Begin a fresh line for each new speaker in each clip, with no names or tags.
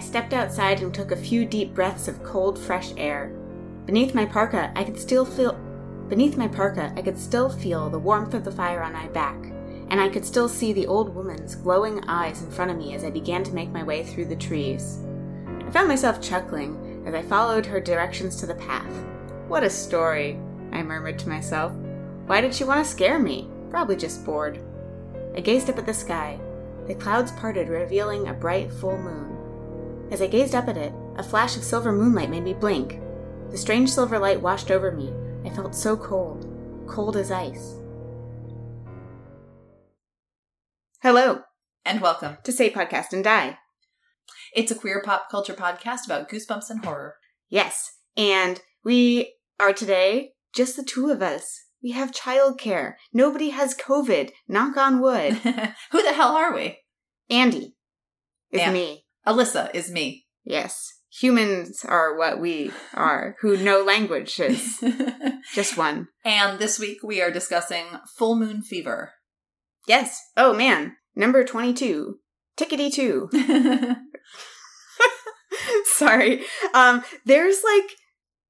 stepped outside and took a few deep breaths of cold, fresh air. Beneath my parka, I could still feel beneath my parka, I could still feel the warmth of the fire on my back, and I could still see the old woman's glowing eyes in front of me as I began to make my way through the trees. I found myself chuckling as I followed her directions to the path. What a story, I murmured to myself. Why did she want to scare me? Probably just bored. I gazed up at the sky. The clouds parted, revealing a bright full moon. As I gazed up at it, a flash of silver moonlight made me blink. The strange silver light washed over me. I felt so cold, cold as ice. Hello
And welcome.
to Say Podcast and Die.
It's a queer pop culture podcast about goosebumps and horror.
Yes, and we are today just the two of us. We have childcare. Nobody has COVID. Knock on
Who
wood.
the hell are we?
Andy is
Yeah.
me.
Alyssa is me.
Yes. Humans are what we are, who know languages. Just one.
and this week we are discussing Full Moon Fever.
Yes. Oh man. Number 22. Tickety two. Sorry. Um, there's like,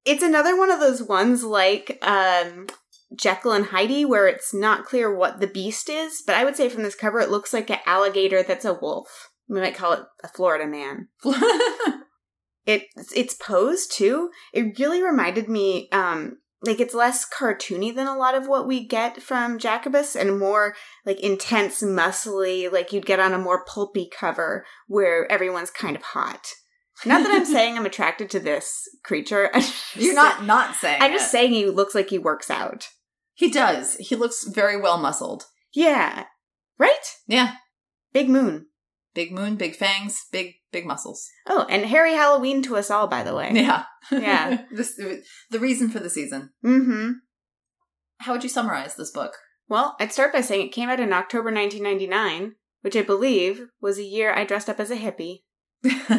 it's another one of those ones like, um, Jekyll and Heidi, where it's not clear what the beast is, but I would say from this cover, it looks like an alligator that's a wolf. We might call it a Florida man. It its pose too. It really reminded me, um, like it's less cartoony than a lot of what we get from Jacobus, and more like intense, muscly, like you'd get on a more pulpy cover where everyone's kind of hot. Not that I'm saying I'm attracted to this creature. I'm just-
You're not not saying.
I'm just
it.
saying he looks like he works out.
he does. He looks very well muscled.
Yeah. Right?
Yeah.
Big Moon.
Big moon, big fangs, big big muscles.
Oh, and Harry Halloween to us all, by the way.
Yeah.
Yeah.
this the reason for the season.
Mm hmm.
How would you summarize this book?
Well, I'd start by saying it came out in October 1999, which I believe was a year I dressed up as a hippie,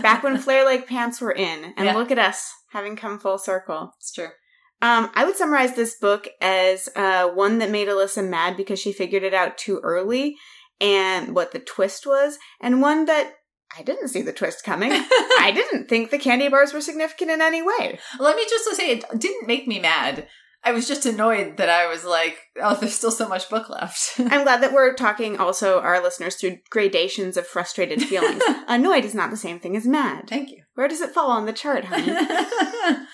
back when flare leg pants were in. And
Yeah.
look at us, having come full circle.
it's true.
Um, I would summarize this book as uh, one that made Alyssa mad because she figured it out too early and what the twist was, and one that I didn't see the twist coming. I didn't think the candy bars were significant in any way.
Let me just say it didn't make me mad. I was just annoyed that I was like, oh, there's still so much book left.
I'm glad that we're talking also our listeners through gradations of frustrated feelings. Annoyed is not the same thing as mad.
Thank you.
Where does it fall on the chart, honey? Mm-hmm.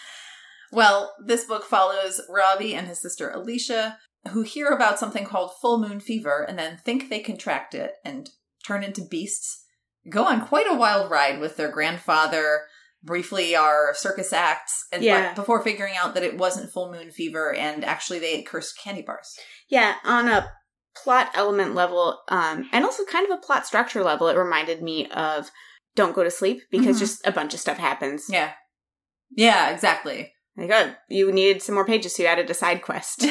well, this book follows Robbie and his sister Alicia, who hear about something called full moon fever and then think they contract it and turn into beasts, go on quite a wild ride with their grandfather, briefly are circus acts, and
Yeah.
but before figuring out that it wasn't full moon fever and actually they ate cursed candy bars.
Yeah, on a plot element level, um, and also kind of a plot structure level, it reminded me of Don't Go to Sleep because
Mhm.
just a bunch of stuff happens.
Yeah. Yeah, exactly.
Like, oh, you needed some more pages, so you added a side quest.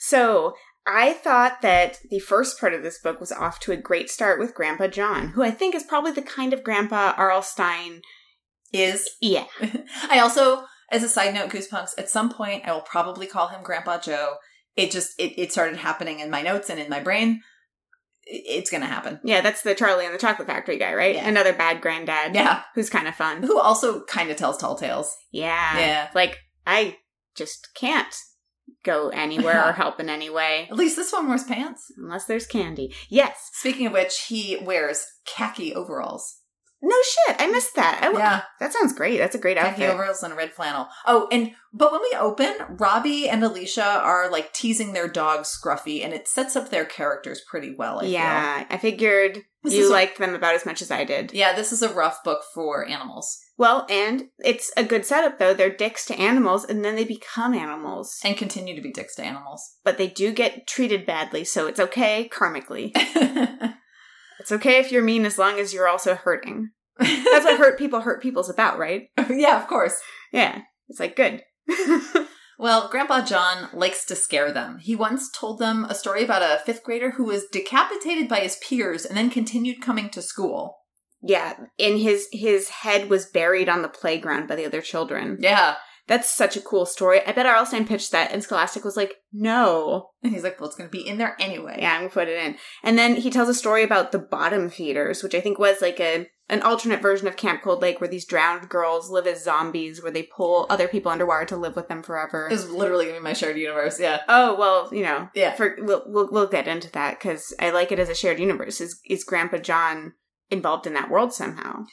so I thought that the first part of this book was off to a great start with Grandpa John, who I think is probably the kind of Grandpa Arlstein.
Is
Yeah.
I also, as a side note, Goosepunks, at some point I will probably call him Grandpa Joe. It just it, it started happening in my notes and in my brain. It- It's gonna happen.
Yeah, that's the Charlie and the Chocolate Factory guy, right?
Yeah.
Another bad granddad
Yeah.
who's kind of fun.
Who also kind of tells tall tales.
Yeah.
Yeah.
Like, I just can't go anywhere or help in any way
At least this one wears pants.
unless there's candy. Yes.
Speaking of which, he wears khaki overalls.
No shit. I missed that. I w-
Yeah.
That sounds great. That's a great
Khaki
outfit.
overalls and a red flannel. Oh, and but when we open, Robbie and Alicia are like teasing their dog Scruffy, and it sets up their characters pretty well. I feel.
yeah. I figured
This
you
is a-
liked them about as much as I did.
yeah. This is a rough book for animals
Well, and it's a good setup though. They're dicks to animals and then they become animals.
and continue to be dicks to animals.
But they do get treated badly, so it's okay karmically. It's okay if you're mean as long as you're also hurting. That's what hurt people hurt people's about, right?
yeah, of course.
Yeah. It's like good.
Well, Grandpa John likes to scare them. He once told them a story about a fifth grader who was decapitated by his peers and then continued coming to school.
yeah. And his his head was buried on the playground by the other children.
Yeah.
That's such a cool story. I bet Arlstein pitched that, and Scholastic was like, no.
And he's like, well, it's going to be in there anyway.
Yeah, I'm going to put it in. And then he tells a story about the bottom feeders, which I think was like a an alternate version of Camp Cold Lake where these drowned girls live as zombies, where they pull other people underwater to live with them forever.
It's literally going to be my shared universe. Yeah.
Oh well, you know,
Yeah.
For we'll we'll, we'll get into that because I like it as a shared universe. Is is Grandpa John involved in that world somehow?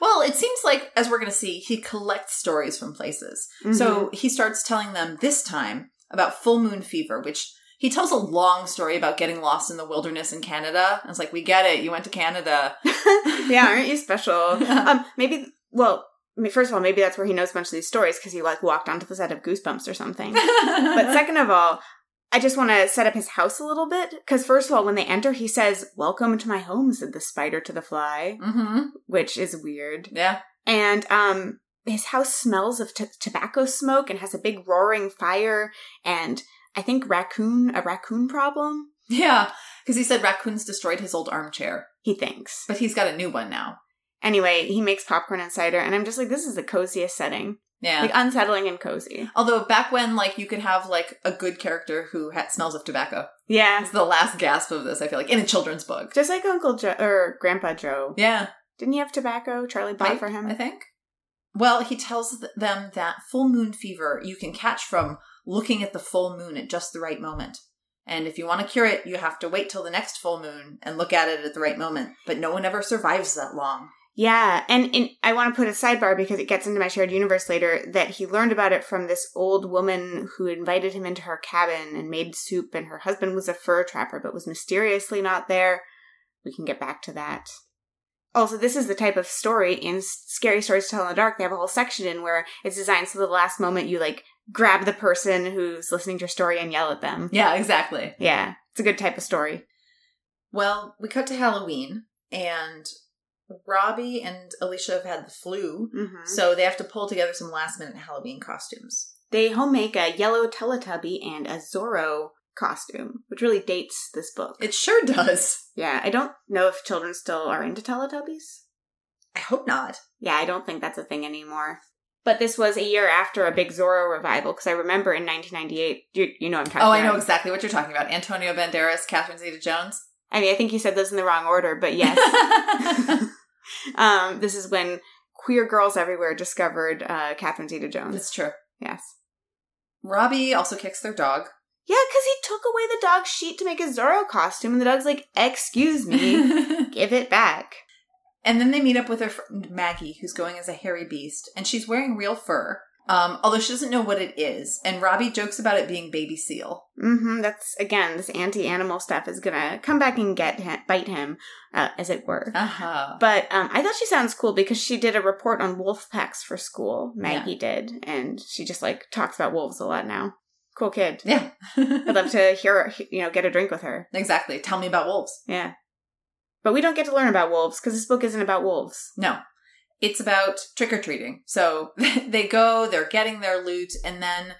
Well, it seems like, as we're going to see, he collects stories from places.
Mm-hmm.
So he starts telling them this time about full moon fever, which he tells a long story about getting lost in the wilderness in Canada. I was like, we get it. You went to Canada.
Mhm. yeah, aren't you special? um, maybe. Well, I mean, first of all, maybe that's where he knows a bunch of these stories because he like walked onto the set of Goosebumps or something. But second of all, I just want to set up his house a little bit because first of all, when they enter, he says, "Welcome to my home," said the spider to the fly,
hmm
which is weird.
Yeah.
and um his house smells of t- tobacco smoke and has a big roaring fire and i think raccoon a raccoon problem
Yeah. Because he said raccoons destroyed his old armchair,
he thinks
but he's got a new one now.
anyway he makes popcorn and cider and i'm just like this is the coziest setting
Yeah.
like unsettling and cozy
Although back when, like, you could have like a good character who ha- smells of tobacco.
yeah
It's the last gasp of this. I feel like in a children's book.
just like uncle joe or grandpa joe
Yeah,
didn't he have tobacco charlie bought
Pipe,
for
I
him
think. Well, he tells th- them that full moon fever you can catch from looking at the full moon at just the right moment. And if you want to cure it, you have to wait till the next full moon and look at it at the right moment. But no one ever survives that long.
yeah and in, i want to put a sidebar because it gets into my shared universe later that he learned about it from this old woman who invited him into her cabin and made soup and her husband was a fur trapper but was mysteriously not there we can get back to that also this is the type of story in S- scary stories to tell in the dark they have a whole section in where it's designed so the last moment you like grab the person who's listening to your story and yell at them
Yeah, exactly.
yeah it's a good type of story
Well, we cut to Halloween, and Robbie and Alicia have had the flu,
mm-hmm.
so they have to pull together some last minute Halloween costumes.
They homemake a yellow Teletubby and a Zorro costume, which really dates this book.
It sure does.
yeah, I don't know if children still are into Teletubbies.
I hope not.
Yeah, I don't think that's a thing anymore. But this was a year after a big Zorro revival because I remember in 1998. You, you know, I'm talking.
Oh, I
about.
know exactly what you're talking about. Antonio Banderas, Catherine Zeta Jones.
I mean, I think you said those in the wrong order, but yes.
Yes.
um, this is when queer girls everywhere discovered uh, Catherine Zeta-Jones.
That's true.
Yes.
Robbie also kicks their dog.
Yeah, because he took away the dog's sheet to make a Zorro costume, and the dog's like, "Excuse me,
and
give it back."
then they meet up with her friend Maggie, who's going as a hairy beast, and she's wearing real fur, um, although she doesn't know what it is. And Robbie jokes about it being baby seal.
Mm-hmm. That's again, this anti-animal stuff is gonna come back and get him, bite him, uh, as it were.
Uh huh.
But um, I thought she sounds cool because she did a report on wolf packs for school. Maggie did, and she just like talks about wolves a lot now. Cool kid.
Yeah.
I'd love to hear, her- you know, get a drink with her.
Exactly. Tell me about wolves.
Yeah. But we don't get to learn about wolves because this book isn't about wolves.
No. It's about trick or treating. So they go, they're getting their loot, and then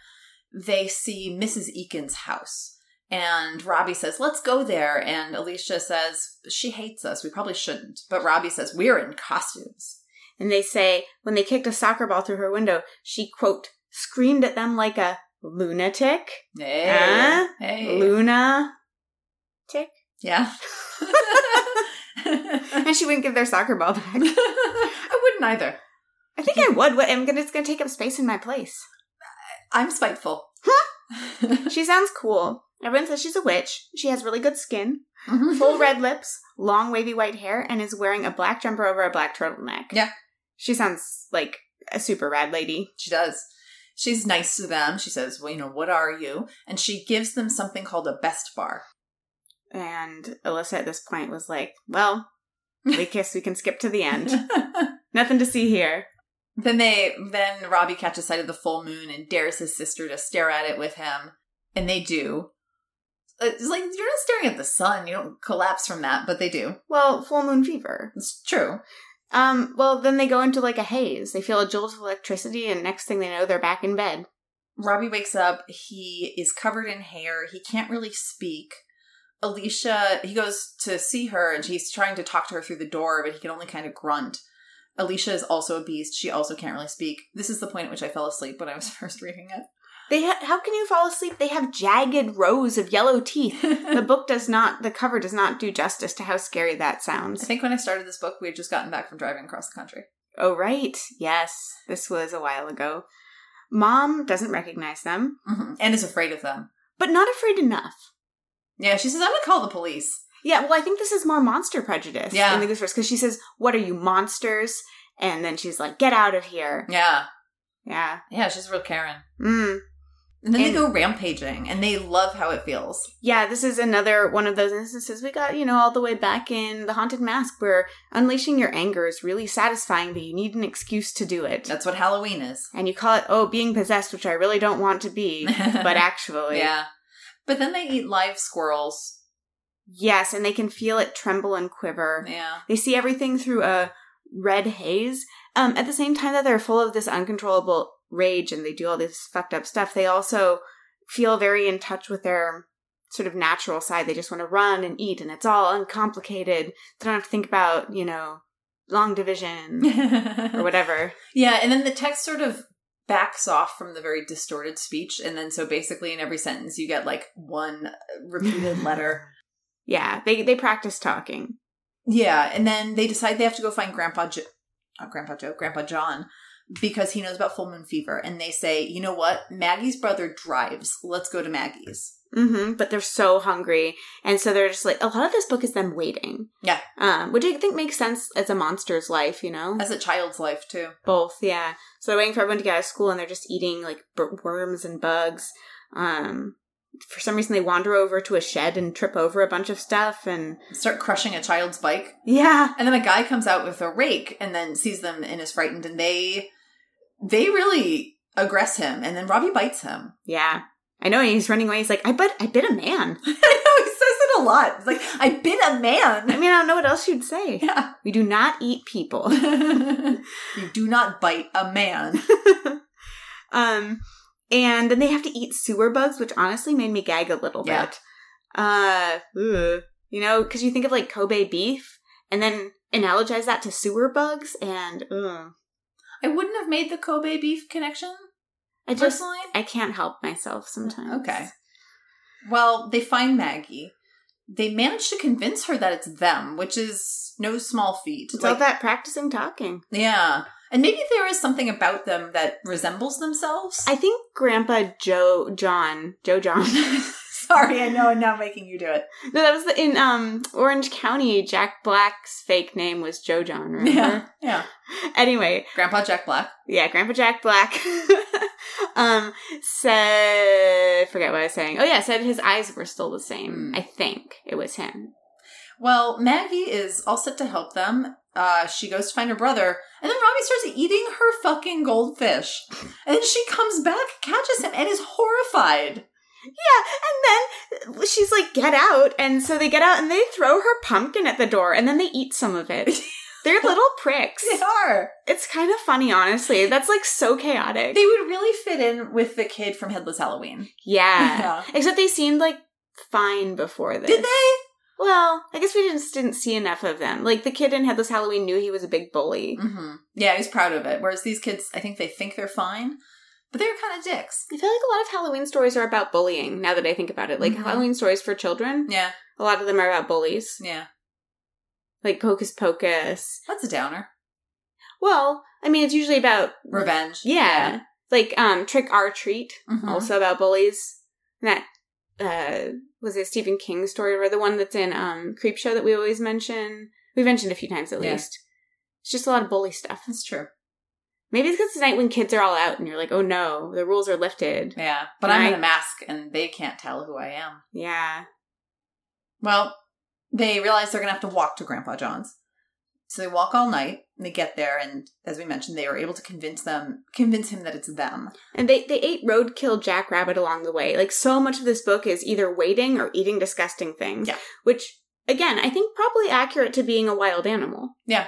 they see Mrs. Eakin's house. And Robbie says, Let's go there. And Alicia says, She hates us. We probably shouldn't. But Robbie says, We're in costumes.
And they say when they kicked a soccer ball through her window, she quote screamed at them like a lunatic.
Hey.
Huh?
hey.
Luna. Tick.
yeah.
and she wouldn't give their soccer ball back.
I wouldn't either.
I think I would. What I'm gonna it's gonna take up space in my place.
I'm spiteful.
She sounds cool. Everyone says she's a witch. She has really good skin,
Mhm.
full red lips, long wavy white hair, and is wearing a black jumper over a black turtleneck.
Yeah.
She sounds like a super rad lady.
She does. She's nice to them. She says, Well, you know, what are you? And she gives them something called a best bar.
And Alyssa at this point was like, Well, we kiss, we can skip to the end. Nothing to see here.
then they then Robbie catches sight of the full moon and dares his sister to stare at it with him. And they do. It's like you're not staring at the sun. You don't collapse from that, but they do.
Well, full moon fever.
It's true.
Um, well then they go into like a haze. They feel a jolt of electricity and next thing they know they're back in bed.
Robbie wakes up. He is covered in hair. He can't really speak. Alicia, he goes to see her and he's trying to talk to her through the door, but he can only kind of grunt. Alicia is also a beast. She also can't really speak. This is the point at which I fell asleep when I was first reading
They ha- how can you fall asleep? They have jagged rows of yellow teeth. the
it.
book does not, the cover does not do justice to how scary that
I
sounds.
think when I started this book, we had just gotten back from driving across the country.
Oh, right. Yes. This was a while ago. Mom doesn't recognize them,
hmm And is afraid of them.
but not afraid enough.
Yeah, she says, I'm going to call the police.
Yeah, well, I think this is more monster prejudice
Yeah.
in the Goose because she says, What are you, monsters? And then she's like, Get out of here.
Yeah.
Yeah.
Yeah, she's a real Karen.
Mm.
And then
And-
they go rampaging and they love how it feels.
Yeah, this is another one of those instances we got, you know, all the way back in The Haunted Mask where unleashing your anger is really satisfying, but you need an excuse to do it.
That's what Halloween is.
and you call it, oh, being possessed, which I really don't want to be, but actually.
yeah. But then they eat live squirrels.
Yes, and they can feel it tremble and quiver.
Yeah.
They see everything through a red haze. Um, at the same time that they're full of this uncontrollable rage and they do all this fucked up stuff, they also feel very in touch with their sort of natural side. They just want to run and eat, and it's all uncomplicated. They don't have to think about, you know, long division or whatever.
Yeah, and then the text sort of backs off from the very distorted speech, and then so basically in every sentence you get like one repeated letter.
Yeah, they they practice talking.
Yeah, and then they decide they have to go find Grandpa jo- not Grandpa Joe, Grandpa John, because he knows about full moon fever, and they say, you know what, Maggie's brother drives. Let's go to Maggie's.
hmm but they're so hungry, and so they're just like a lot of this book is them waiting.
Yeah.
um, which I think makes sense as a monster's life, you know.
That's a child's life too.
Both, yeah. So they're waiting for everyone to get out of school, and they're just eating like b- worms and bugs. Um, for some reason, they wander over to a shed and trip over a bunch of stuff, and
Start crushing a child's bike.
yeah,
And then a guy comes out with a rake and then sees them and is frightened and they they really aggress him and then Robbie bites him.
yeah. I know he's running away. He's like, I bit, I bit a man.
I know he says it a lot. It's like I've been a
I
man.
mean, I don't know what else you'd say.
Yeah.
We do not eat people.
you do not bite a man.
um, and then they have to eat sewer bugs, which honestly made me gag a little
Yeah.
bit. Uh, ugh. you know, because you think of like Kobe beef, and then analogize that to sewer bugs, and ugh.
I wouldn't have made the Kobe beef connection
I just
personally.
I can't help myself sometimes.
Okay. Well, they find Maggie. They manage to convince her that it's them, which is no small feat.
It's all
Like-
that practicing talking.
Yeah. And maybe there is something about them that resembles themselves.
I think Grandpa Joe John Joe John.
Sorry, I know I'm now making you do it.
no, that was the, in um Orange County. Jack Black's fake name was Joe John. Remember?
Yeah. Yeah.
Anyway,
Grandpa Jack Black.
yeah, Grandpa Jack Black um said forget what I was saying. Oh yeah, said his eyes were still the same.
Hmm.
I think it was him.
Well, Maggie is all set to help them. Uh, she goes to find her brother, and then Robbie starts eating her fucking goldfish. And then she comes back, catches him, and is horrified.
Yeah, and then she's like, "Get out!" And so they get out and they throw her pumpkin at the door, and then they eat some of it. They're little pricks.
They are.
It's kind of funny, honestly. That's like so chaotic.
They would really fit in with the kid from Headless Halloween.
yeah. Except they seemed like fine before this.
Did they?
Well, I guess we just didn't see enough of them. Like the kid in Headless Halloween knew he was a big bully.
hmm Yeah, he's proud of it. Whereas these kids, I think they think they're fine, but they're kind of dicks.
I feel like a lot of Halloween stories are about bullying now that I think about it. Like
Mhm.
Halloween stories for children,
Yeah,
a lot of them are about bullies.
yeah.
Like Hocus Pocus.
That's a downer.
Well, I mean, it's usually about.
Revenge.
Yeah. Like um, Trick or Treat,
Mhm.
also about bullies. And that uh, was a Stephen King story, or the one that's in um, Creepshow that we always mention. We mentioned a few times at
Yeah.
least. It's just a lot of bully stuff.
That's true.
Maybe it's because it's night when kids are all out and you're like, oh no, the rules are lifted.
Yeah, but
Can
I'm
I-
in a mask, and they can't tell who I am.
Yeah.
Well, they realize they're going to have to walk to Grandpa John's. So they walk all night and they get there and as we mentioned they were able to convince them convince him that it's them.
And they, they ate roadkill jackrabbit along the way. Like so much of this book is either waiting or eating disgusting things.
Yeah.
Which again, I think probably accurate to being a wild animal.
Yeah.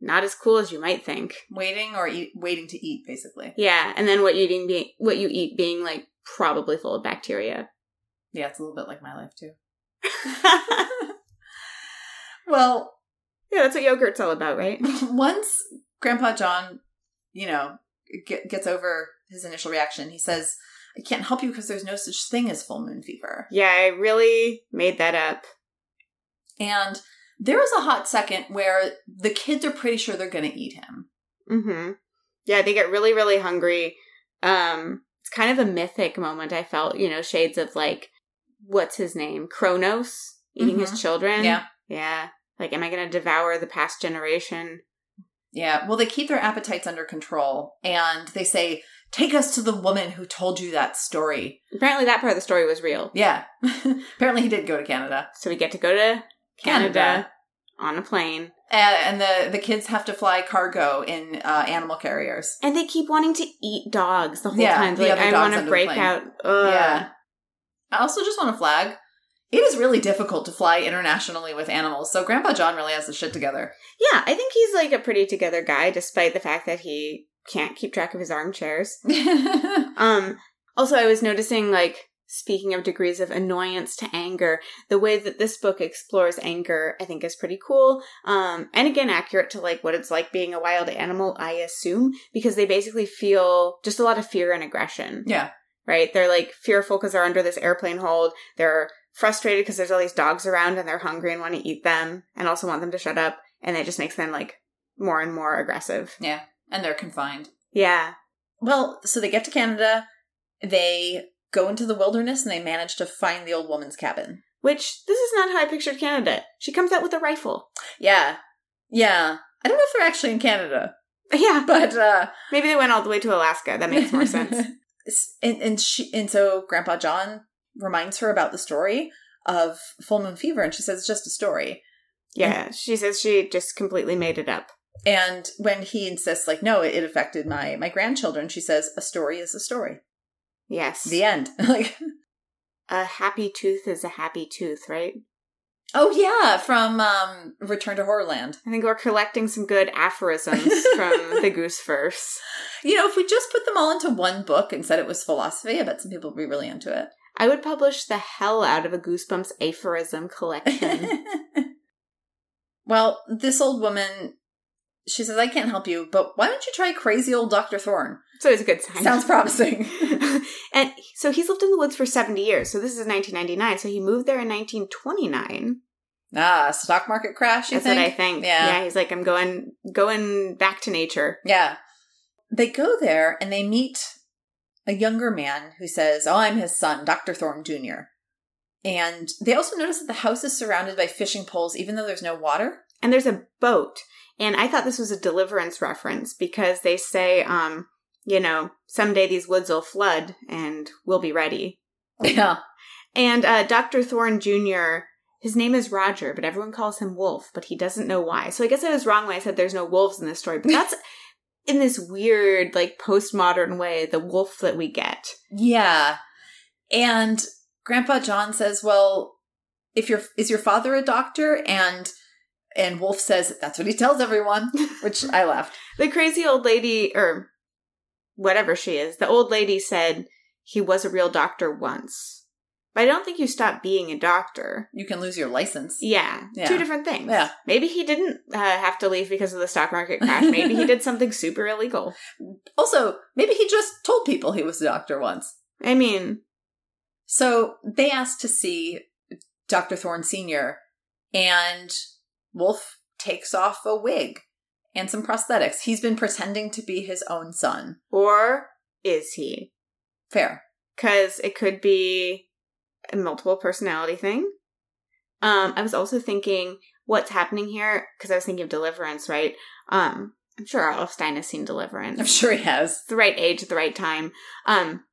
Not as cool as you might think.
Waiting or eat, waiting to eat basically.
Yeah, and then what you eating being what you eat being like probably full of bacteria.
Yeah, it's a little bit like my life too. well,
Yeah, that's what yogurt's all about, right?
once Grandpa John, you know, get, gets over his initial reaction. He says, I can't help you because there's no such thing as full moon fever.
Yeah, I really made that up.
And there is a hot second where the kids are pretty sure they're going to eat him.
Mm-hmm. Yeah, they get really, really hungry. Um, it's kind of a mythic moment. I felt, you know, shades of like, what's his name, Kronos eating his children.
Mm-hmm. Yeah.
yeah. Like, am I going to devour the past generation?
Yeah. Well, they keep their appetites under control and they say, Take us to the woman who told you that story.
Apparently, that part of the story was real.
Yeah. Apparently, he did go to Canada.
So we get to go to Canada, on a plane,
And, and the, the kids have to fly cargo in uh, animal carriers.
and they keep wanting to eat dogs the whole
Yeah,
time.
the
Like,
other
I
dogs
want
under
to
the
break
plane.
out. Ugh.
Yeah. I also just want to flag it is really difficult to fly internationally with animals. So Grandpa John really has the shit together.
Yeah, I think he's like a pretty together guy, despite the fact that he can't keep track of his armchairs. Um, also, I was noticing, like, speaking of degrees of annoyance to anger, the way that this book explores anger, I think, is pretty cool. Um, and again, accurate to like what it's like being a wild animal, I assume, because they basically feel just a lot of fear and aggression.
yeah.
Right? They're like fearful because they're under this airplane hold. They're frustrated because there's all these dogs around and they're hungry and want to eat them and also want them to shut up. And it just makes them like more and more aggressive.
And they're confined.
Yeah.
Well, so they get to Canada. They go into the wilderness and they manage to find the old woman's cabin.
Which this is not how I pictured Canada. She comes out with a rifle.
Yeah. Yeah. I don't know if they're actually in Canada,
Yeah.
but uh
Maybe they went all the way to Alaska. That makes more sense.
S- and and she and so Grandpa John reminds her about the story of full moon fever and she says it's just a story.
Yeah, she says she just completely made it up.
And when he insists like no, it, it affected my my grandchildren, she says a story is a story.
Yes.
The end. like
a happy tooth is a happy tooth, right?
oh yeah, from um Return to Horrorland.
I think we're collecting some good aphorisms from the goose verse.
You know, if we just put them all into one book and said it was philosophy, I bet some people would be really into it.
I would publish the hell out of a Goosebumps aphorism collection.
well, this old woman, she says, I can't help you, but why don't you try crazy old Dr. Thorne?
it's always a good sign.
Sounds promising.
and so he's lived in the woods for 70 years. So this is 1999. So he moved there in 1929.
ah, stock market crash, you
That's
think?
what I think.
Yeah.
yeah. He's like, I'm going, going back to nature.
Yeah. They go there and they meet a younger man who says, Oh, I'm his son, Dr. Thorne Jr. And they also notice that the house is surrounded by fishing poles, even though there's no water.
and there's a boat and i thought this was a deliverance reference because they say um you know someday these woods will flood and we'll be ready
Yeah.
and uh dr thorne jr his name is roger but everyone calls him wolf but he doesn't know why so i guess i was wrong when i said there's no wolves in this story but that's in this weird like postmodern way the wolf that we get
Yeah. And Grandpa John says, "Well, if your is your father a doctor?" And and Wolf says, "That's what he tells everyone," which I laughed.
the crazy old lady or whatever she is the old lady said he was a real doctor once but i don't think you stop being a doctor
You can lose your license.
yeah,
Yeah.
two different things
Yeah.
maybe he didn't uh, have to leave because of the stock market crash maybe he did something super illegal
Also, maybe he just told people he was a doctor once.
i mean
So they asked to see Dr. Thorne Sr. and Wolf takes off a wig and some prosthetics. He's been pretending to be his own son.
or is he
Fair.
because it could be a multiple personality thing um i was also thinking what's happening here because i was thinking of deliverance right um i'm sure Arlstein has seen deliverance
I'm sure he has.
the right age at the right time. Um,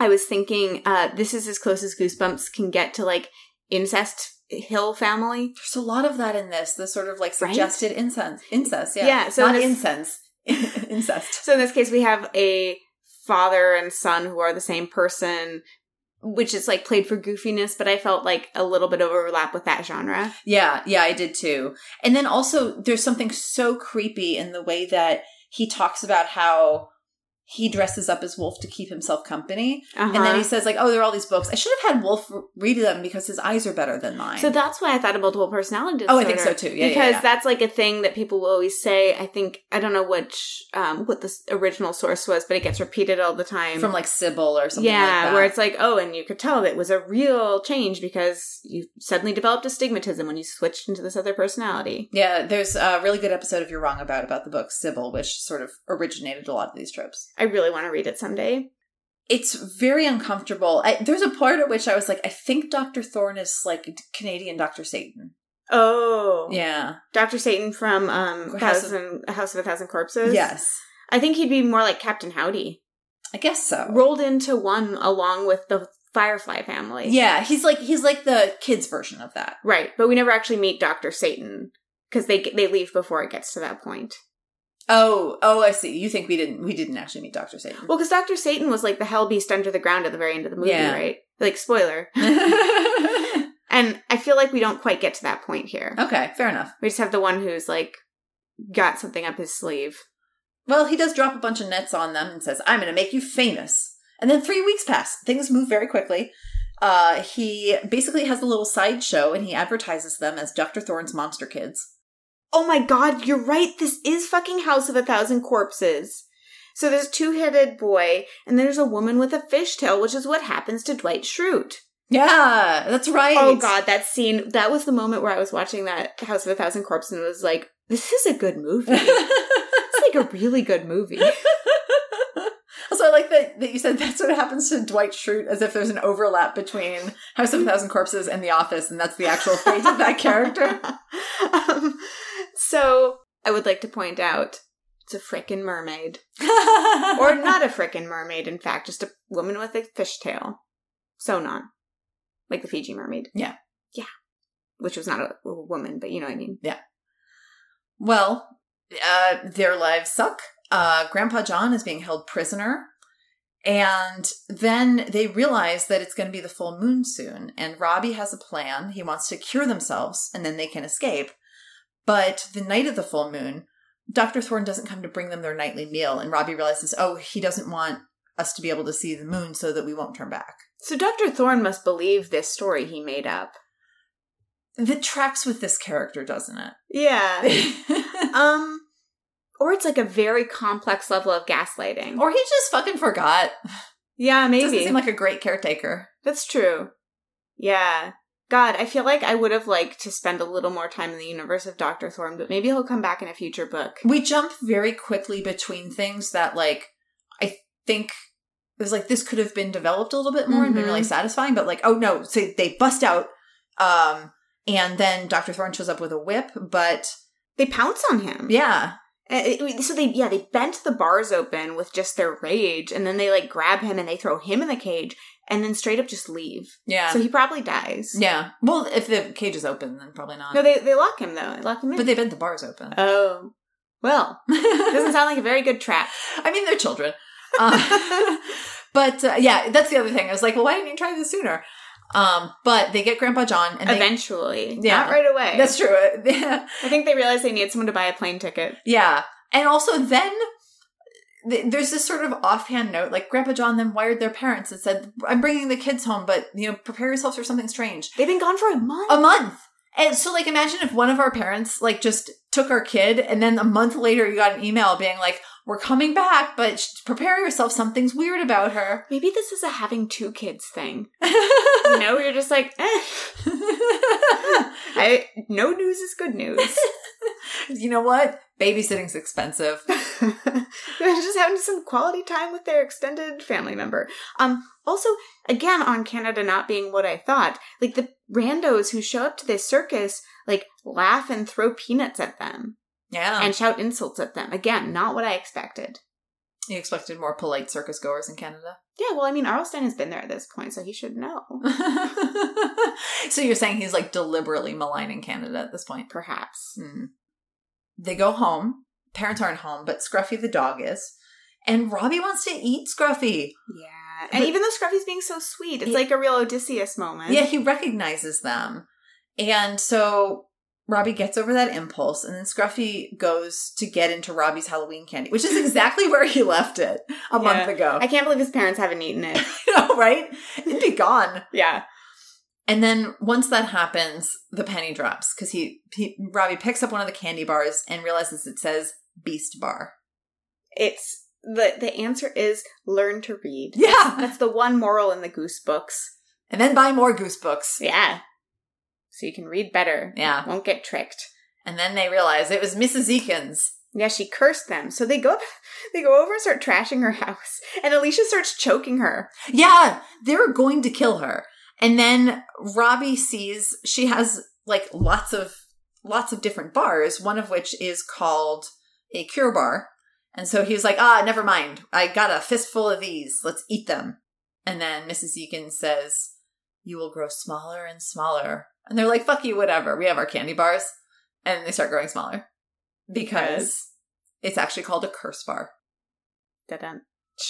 I was thinking, uh, this is as close as Goosebumps can get to like incest hill family.
There's a lot of that in this. The sort of like
Right?
suggested incense, incest. Yeah.
Yeah, so
not
this-
incense, incest.
So in this case, we have a father and son who are the same person, which is like played for goofiness, but I felt like a little bit of overlap with that genre.
Yeah, yeah, I did too. And then also, there's something so creepy in the way that he talks about how he dresses up as Wolf to keep himself company.
Uh-huh.
And then he says, like, oh, there are all these books. I should have had Wolf read them because his eyes are better than mine.
So that's why I thought of multiple personality disorder.
Oh, I think so too. Yeah, yeah,
because
yeah.
that's like a thing that people will always say. I think I don't know which um, what the s- original source was, but it gets repeated all the time.
From like Sybil or something
yeah,
like that.
where it's like, oh, and you could tell that it was a real change because you suddenly developed astigmatism when you switched into this other personality.
yeah, there's a really good episode of You're Wrong About about the book Sybil, which sort of originated a lot of these tropes.
I really want to read it someday.
It's very uncomfortable. I, there's a part at which I was like, I think Dr. Thorne is like Canadian Dr. Satan.
Oh,
Yeah.
Doctor Satan from um,
House
House,
of-
Thousand, House of a Thousand Corpses.
Yes.
I think he'd be more like Captain Howdy,
I guess so.
rolled into one along with the Firefly family.
Yeah, he's like he's like the kids version of that.
Right, but we never actually meet Doctor Satan because they they leave before it gets to that point.
Oh, oh, I see. You think we didn't we didn't actually meet Doctor Satan?
Well, because Doctor Satan was like the hell beast under the ground at the very end of the movie,
Yeah.
right? Like spoiler. and I feel like we don't quite get to that point here.
okay, fair enough.
We just have the one who's like got something up his sleeve.
Well, he does drop a bunch of nets on them and says, "I'm going to make you famous." And then three weeks pass. Things move very quickly. Uh, he basically has a little sideshow and he advertises them as Doctor Thorne's Monster Kids.
Oh my god, you're right. This is fucking House of a Thousand Corpses. So there's two-headed boy, and there's a woman with a fishtail, which is what happens to Dwight Schrute.
Yeah, that's right.
Oh god, that scene that was the moment where I was watching that House of a Thousand Corpses and was like, this is a good movie. it's like a really good movie.
Also, I like that, that you said that's what happens to Dwight Schrute, as if there's an overlap between House of a Thousand Corpses and The Office, and that's the actual fate of that character.
um, so I would like to point out it's a frickin' mermaid. Or
or
not a frickin' mermaid, in fact, just a woman with a fishtail. Sonon. Like the Fiji mermaid.
Yeah.
Yeah. Which was not a, a woman, but you know what I mean.
Well, uh, their lives suck. Uh, Grandpa John is being held prisoner. And then they realize that it's going to be the full moon soon. And Robbie has a plan. He wants to cure themselves and then they can escape. But the night of the full moon, Dr. Thorne doesn't come to bring them their nightly meal. And Robbie realizes, oh, he doesn't want us to be able to see the moon so that we won't turn back.
So Dr. Thorne must believe this story he made up.
That tracks with this character, doesn't
Yeah.
it?
um or it's like a very complex level of gaslighting.
or he just fucking forgot.
yeah,
Doesn't
maybe.
seem like a great caretaker.
That's true. Yeah. God, I feel like I would have liked to spend a little more time in the universe of Dr. Thorne, but maybe he'll come back in a future book.
we jump very quickly between things that like i think it was like this could have been developed a little bit more and been
Mhm.
really satisfying but like oh no so they bust out um and then dr thorne shows up with a whip but
They pounce on him.
yeah
Uh, it- So they yeah, they bent the bars open with just their rage and then they like grab him and they throw him in the cage and then straight up just leave.
yeah
So he probably dies.
yeah well if the cage is open then probably not
No, they they lock him though. They lock him in.
but they bent the bars open
Oh. Well,
Oh.
doesn't sound like a very good trap.
i mean they're children Uh, but uh, yeah that's the other thing i was like well why didn't you try this sooner um but they get grandpa john and they
Eventually.
Yeah.
Not right away.
that's true yeah
I think they realized they needed someone to buy a plane ticket.
Yeah. And also then th- there's this sort of offhand note like Grandpa John then wired their parents and said, "I'm bringing the kids home, but you know, prepare yourselves for something strange."
They've been gone for a month.
A month. And so like imagine if one of our parents like just took our kid and then a month later you got an email being like, "We're coming back, but sh- prepare yourself, something's weird about her."
Maybe this is a having two kids thing. You know, you're just like, eh, I, no news is good news.
you know what? Babysitting's expensive.
They're just having some quality time with their extended family member. Um, also, again, on Canada not being what I thought, like the randos who show up to this circus, like laugh and throw peanuts at them
Yeah.
and shout insults at them. Again, not what I expected.
you expected more polite circus goers in Canada.
Yeah, well, I mean, Arlstein has been there at this point, so he should know.
so you're saying he's like deliberately maligning Canada at this point?
Perhaps.
Hmm. They go home. Parents aren't home, but Scruffy the dog is. And Robbie wants to eat Scruffy.
Yeah. And
But-
even though Scruffy's being so sweet, it's
Yeah.
like a real Odysseus moment.
Yeah, he recognizes them. And so Robbie gets over that impulse, and then Scruffy goes to get into Robbie's Halloween candy, which is exactly where he left it a month
Yeah.
ago.
I can't believe his parents haven't eaten it.
I know, right? It'd be gone.
yeah.
And then once that happens, the penny drops because he, he Robbie picks up one of the candy bars and realizes it says Beast Bar.
It's the the answer is learn to read.
Yeah,
That's the one moral in the goose books.
and then buy more Goose books.
Yeah. So you can read better.
Yeah,
Won't get tricked.
and then they realize it was Mrs. Eakins.
Yeah, she cursed them. So they go they go over and start trashing her house. And Alicia starts choking her.
Yeah, they're going to kill her. And then Robbie sees she has like lots of lots of different bars, one of which is called a cure bar. And so he's like, ah, never mind. I got a fistful of these. Let's eat them. And then Mrs. Egan says, You will grow smaller and smaller. And they're like, fuck you, whatever. We have our candy bars. And they start growing smaller. Because it's actually called a curse bar.
Dun-dun.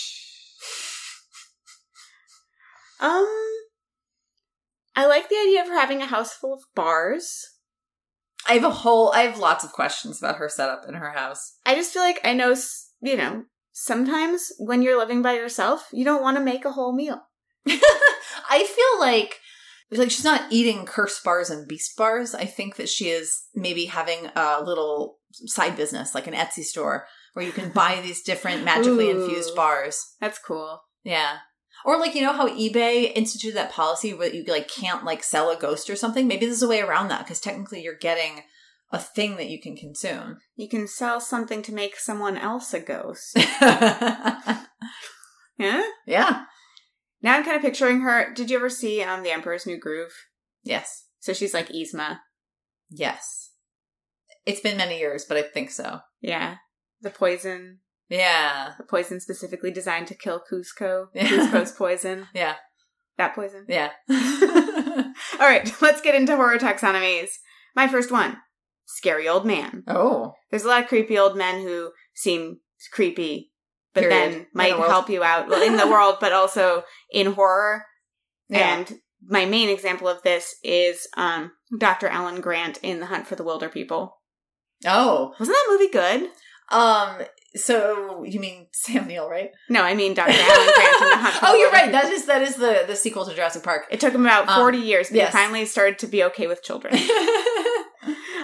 Um I like the idea of her having a house full of bars.
I have a whole I have lots of questions about her setup in her house.
I just feel like I know, s- you know, sometimes when you're living by yourself, you don't want to make a whole meal.
I feel like like she's not eating curse bars and beast bars. I think that she is maybe having a little side business like an Etsy store where you can buy these different magically
Ooh.
infused bars.
That's cool.
Yeah. Or like you know how eBay instituted that policy where you like can't like sell a ghost or something? Maybe there's a way around that cuz technically you're getting a thing that you can consume.
You can sell something to make someone else a ghost. yeah?
yeah.
Now I'm kind of picturing her. Did you ever see um, The Emperor's New Groove?
Yes.
So she's like Yzma.
Yes. It's been many years, but I think so.
Yeah. The poison,
Yeah.
the poison specifically designed to kill Cusco.
Yeah.
Cusco's poison.
Yeah.
That poison.
Yeah.
All right, let's get into horror taxonomies. My first one Scary Old Man.
oh.
There's a lot of creepy old men who seem creepy, but
Period. In
then
the
might
world.
help you out well, in the world, but also in horror.
Yeah.
And my main example of this is um, Dr. Alan Grant in The Hunt for the Wilder People.
oh.
Wasn't that movie good?
Um so you mean Sam Neill, right?
No, I mean Dr. Alan Grant in The Hunt for
oh,
the
you're
Wilder
right. That
People.
is that is the the sequel to Jurassic Park.
It took him about
Um,
40 years, but
yes.
he finally started to be okay with children.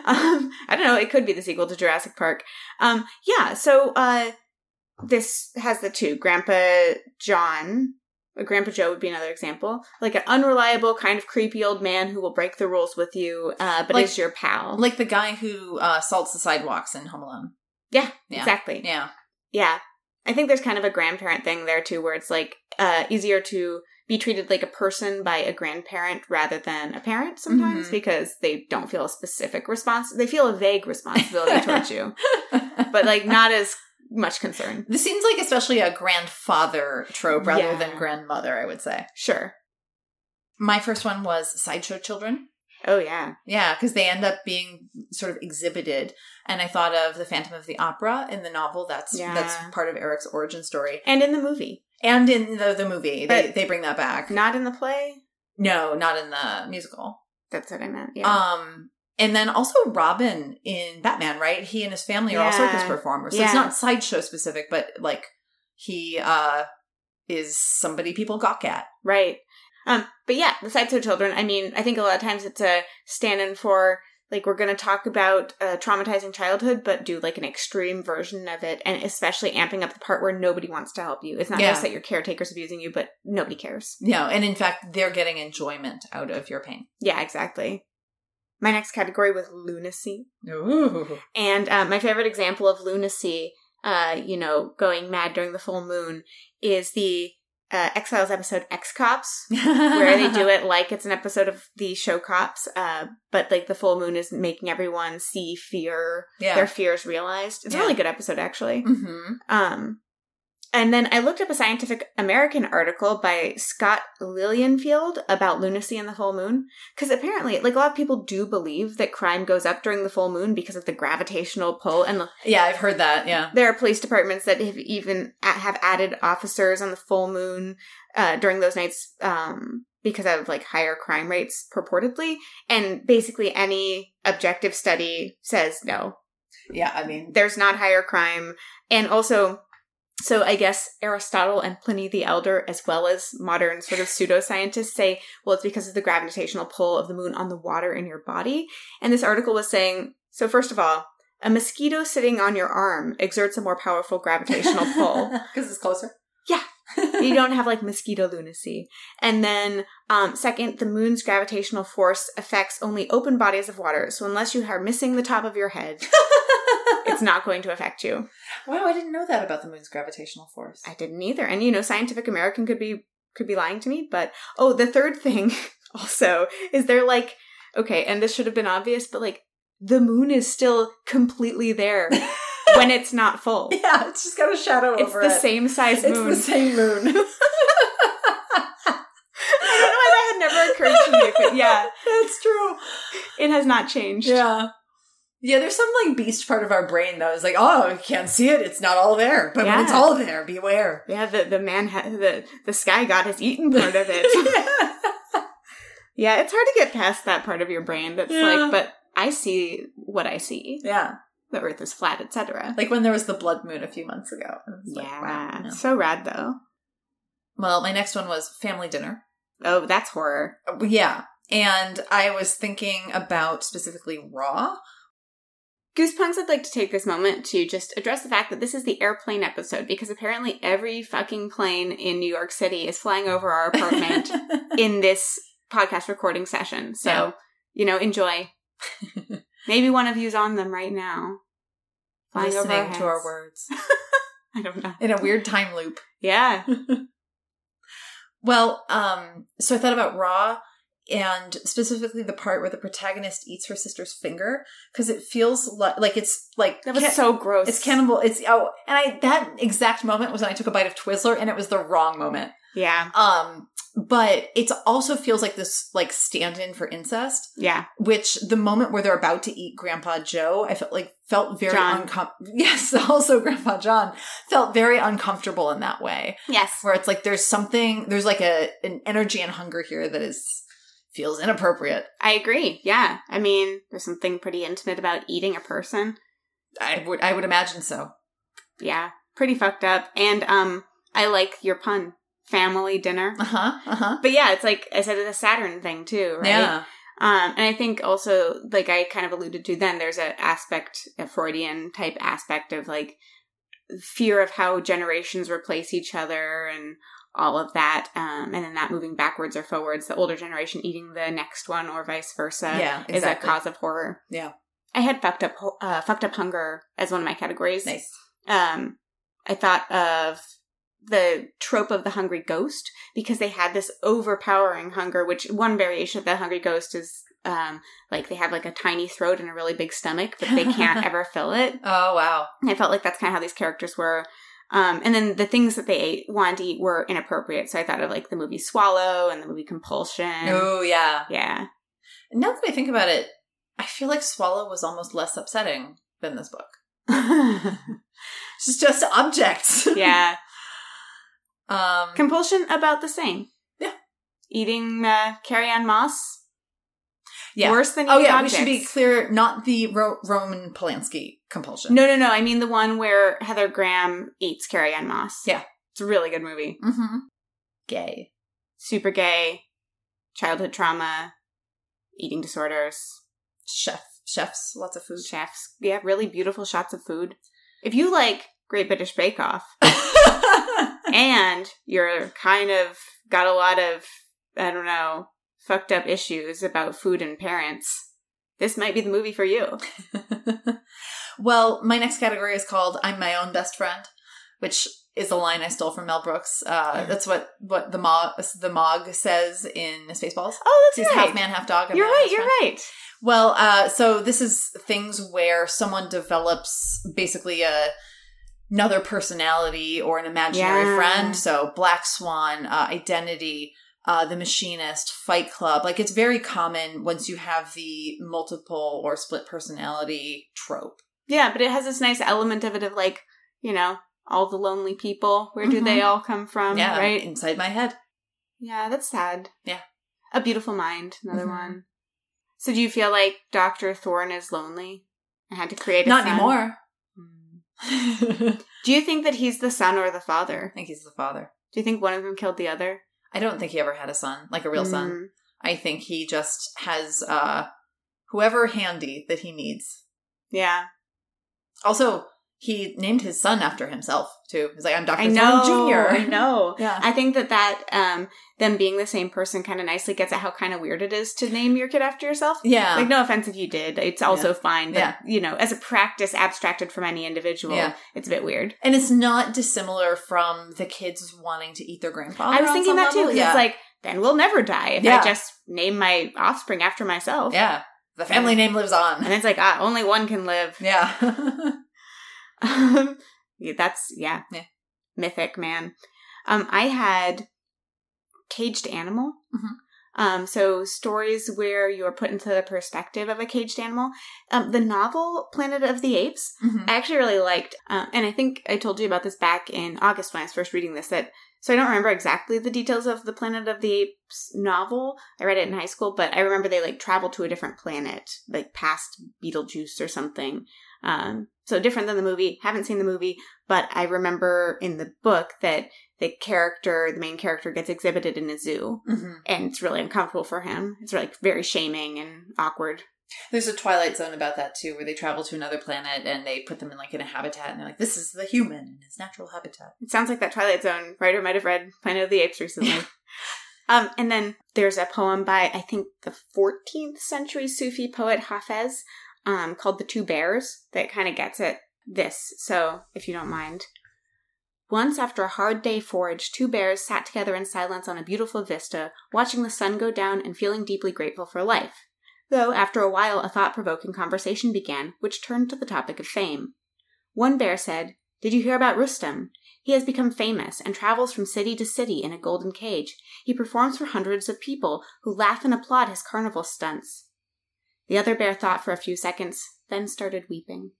um, I don't know. It could be the sequel to Jurassic Park. Um, yeah. So uh, this has the two Grandpa John. uh, Grandpa Joe would be another example, like an unreliable kind of creepy old man who will break the rules with you, uh, but
Like-
is your pal.
like the guy who uh salts the sidewalks in Home Alone.
yeah,
Yeah.
exactly. Yeah.
Yeah.
I think there's kind of a grandparent thing there too, where it's like uh, easier to be treated like a person by a grandparent rather than a parent sometimes
Mhm.
because they don't feel a specific response. They feel a vague responsibility towards you. but like not as much concern.
this seems like especially a grandfather trope rather
Yeah.
than grandmother, I would say.
Sure.
My first one was Sideshow Children.
Oh yeah.
Yeah, because they end up being sort of exhibited. And I thought of the Phantom of the Opera in the novel. That's
Yeah.
that's part of Eric's origin story,
And in the movie,
and in the the movie they
But-
they bring that back.
not in the play.
No, not in the musical.
That's what I meant. Yeah.
Um, and then also Robin in Batman, right? He and his family are all
Yeah.
circus performers, so
Yeah.
it's not sideshow specific, but like he uh is somebody people gawk at.
right. Um. But yeah, the sideshow children. I mean, I think a lot of times it's a stand-in for like we're going to talk about uh, traumatizing childhood, but do like an extreme version of it, and especially amping up the part where nobody wants to help you. It's not
Yeah.
just that your caretaker's abusing you, but nobody cares.
No, and in fact, they're getting enjoyment out of your pain.
Yeah. Exactly. My next category was lunacy.
Ooh.
And uh, my favorite example of lunacy, uh, you know, going mad during the full moon, is the uh, X Files episode X Cops, where they do it like it's an episode of the show Cops, uh, but like the full moon is making everyone see fear,
Yeah.
their fears realized. It's a
Yeah.
really good episode, actually.
hmm
Um, and then I looked up a Scientific American article by Scott Lilienfield about lunacy and the full moon. Because apparently, like a lot of people do believe that crime goes up during the full moon because of the gravitational pull. And
Yeah, I've heard that. Yeah.
there are police departments that have even have added officers on the full moon uh, during those nights um, because of like higher crime rates purportedly. And basically, any objective study says no,
Yeah, I mean,
there's not higher crime. And also, so I guess Aristotle and Pliny the Elder, as well as modern sort of pseudoscientists, say, well, it's because of the gravitational pull of the moon on the water in your body. And this article was saying, so first of all, a mosquito sitting on your arm exerts a more powerful gravitational pull
because it's closer.
Yeah. you don't have like mosquito lunacy. And then, um, second, the moon's gravitational force affects only open bodies of water. So unless you are missing the top of your head, it's not going to affect you.
wow, I didn't know that about the moon's gravitational force.
I didn't either. And you know, Scientific American could be could be lying to me. But oh, the third thing also is they're like, okay, and this should have been obvious, but like the moon is still completely there when it's not full.
yeah, it's just got a shadow
It's
over
the
it.
same size
It's
moon.
the same moon.
I don't know why that had never occurred to me, but yeah,
That's true.
it has not changed.
Yeah. Yeah, there's some like beast part of our brain that was like, oh, you can't see it. It's not all there. But when it's
Yeah.
all there, beware.
Yeah, the the man ha- the the sky god has eaten part of it. yeah, it's hard to get past that part of your brain that's
Yeah.
like, but I see what I see.
yeah.
The Earth is flat, etc.
Like when there was the blood moon a few months ago. It was like,
yeah,
wow, no.
so rad though.
Well, my next one was family dinner.
Oh, that's horror.
Uh, Yeah. And I was thinking about specifically raw.
Goosepunks, I'd like to take this moment to just address the fact that this is the airplane episode because apparently every fucking plane in New York City is flying over our apartment in this podcast recording session. So,
Yeah.
you know, enjoy. Maybe one of you's on them right now. Flying over
Listening to our
heads.
words
I don't know.
in a weird time loop.
Yeah.
Well, um, so I thought about Raw and specifically the part where the protagonist eats her sister's finger because it feels li- like it's like
That was
ca-
so gross.
it's cannibal. It's oh, and I that exact moment was when I took a bite of Twizzler and it was the wrong moment.
Yeah.
Um, but it also feels like this like stand-in for incest,
Yeah.
which the moment where they're about to eat Grandpa Joe, I felt like felt very
John.
uncomfortable. Yes, also Grandpa John felt very uncomfortable in that way
Yes.
where it's like there's something there's like a an energy and hunger here that is feels inappropriate
I agree. Yeah. I mean, there's something pretty intimate about eating a person.
i would i would imagine so
Yeah. Pretty fucked up. And um I like your pun. Family dinner.
uh-huh uh-huh
But yeah, it's like I said it's a Saturn thing too, right?
yeah
Um, and I think also, like I kind of alluded to then, there's a aspect, a Freudian type aspect of like fear of how generations replace each other and all of that. Um, and then that moving backwards or forwards, the older generation eating the next one or vice versa
yeah
is a
exactly.
cause of horror.
Yeah.
I had fucked up, ho- uh, fucked up hunger as one of my categories.
nice
Um, I thought of the trope of the hungry ghost because they had this overpowering hunger, which one variation of the hungry ghost is um, like they have like a tiny throat and a really big stomach, but they can't ever fill it.
oh wow
And I felt like that's kind of how these characters were. Um, and then the things that they ate, wanted to eat were inappropriate. So I thought of like the movie Swallow and the movie Compulsion.
oh yeah
Yeah.
now that i think about it i feel like swallow was almost less upsetting than this book it's just objects
yeah.
um
Compulsion about the same.
Yeah.
Eating uh, carry on moss.
Yeah.
Worse than
oh
eating
yeah
objects.
we should be clear not the Ro- roman polanski compulsion
No, no, no. I mean the one where Heather Graham eats Carrie Ann Moss.
Yeah.
It's a really good movie.
mm-hmm. gay
Super gay, childhood trauma, eating disorders,
chef chefs lots of food
chefs. Yeah, really beautiful shots of food. If you like Great British Bake Off and you're kind of got a lot of, I don't know, fucked up issues about food and parents, this might be the movie for you.
well, my next category is called "I'm my own best friend," which is a line I stole from Mel Brooks. Uh,
Yeah.
That's what what the mog the mog says in Spaceballs.
Oh,
He's
that's right.
half man, half dog. I'm
You're
my own
right.
best
You're
friend.
right.
Well, uh, so this is things where someone develops basically a another personality or an imaginary
Yeah.
friend. So Black Swan, uh, Identity, uh, The Machinist, Fight Club. Like it's very common once you have the multiple or split personality trope.
Yeah, but it has this nice element of it of like, you know, all the lonely people. Where do
Mhm.
they all come from?
yeah,
Um, Right?
inside my head.
Yeah, that's sad.
Yeah.
A Beautiful Mind, another
Mhm.
one. So do you feel like Dr. Thorne is lonely and had to create a
Not
son?
anymore.
Hmm.
I
Do you think that he's the son or the father?
think he's the father.
Do you think one of them killed the other?
I don't think he ever had a son, like a real son.
Mm.
I think he just has uh whoever handy that he needs.
Yeah.
Also, he named his son after himself too. He's like, I'm Dr.
I know.
Thorne Jr.
I know.
Yeah.
I think that that um, them being the same person kind of nicely gets at how kind of weird it is to name your kid after yourself.
Yeah.
Like, no offense if you did. It's also fine. But,
Yeah.
you know, as a practice abstracted from any individual,
Yeah.
it's a bit weird.
and it's not dissimilar from the kids wanting to eat their grandfather.
I was
Oh, on
thinking
some
that too.
level.
'cause
Yeah.
It's like, then we'll never die if
Yeah.
I just name my offspring after myself.
yeah. The family name lives on.
And it's like, ah, only one can live.
Yeah. Mm-hmm.
Um, yeah, that's yeah,
Yeah.
mythic man. Um, I had caged animal.
Mhm.
Um, so stories where you are put into the perspective of a caged animal. Um, the novel Planet of the Apes
Mhm.
I actually really liked, um, and I think I told you about this back in August when I was first reading this. That so I don't remember exactly the details of the Planet of the Apes novel. I read it in high school, but I remember they like travel to a different planet, like past Beetlejuice or something. Um, so different than the movie. Haven't seen the movie, but I remember in the book that the character, the main character, gets exhibited in a zoo,
Mhm.
and it's really uncomfortable for him. It's like very shaming and awkward.
There's a Twilight Zone about that too, where they travel to another planet and they put them in like in a habitat, and they're like, "This is the human in his natural habitat."
It sounds like that Twilight Zone writer might have read Planet of the Apes recently. um, and then there's a poem by I think the 14th century Sufi poet Hafez um, called "The Two Bears" that kind of gets at this. So if you don't mind, once after a hard day forage, two bears sat together in silence on a beautiful vista, watching the sun go down and feeling deeply grateful for life. Though after a while, a thought-provoking conversation began, which turned to the topic of fame. One bear said, "Did you hear about Rustem?" He has become famous and travels from city to city in a golden cage. He performs for hundreds of people who laugh and applaud his carnival stunts. The other bear thought for a few seconds, then started weeping.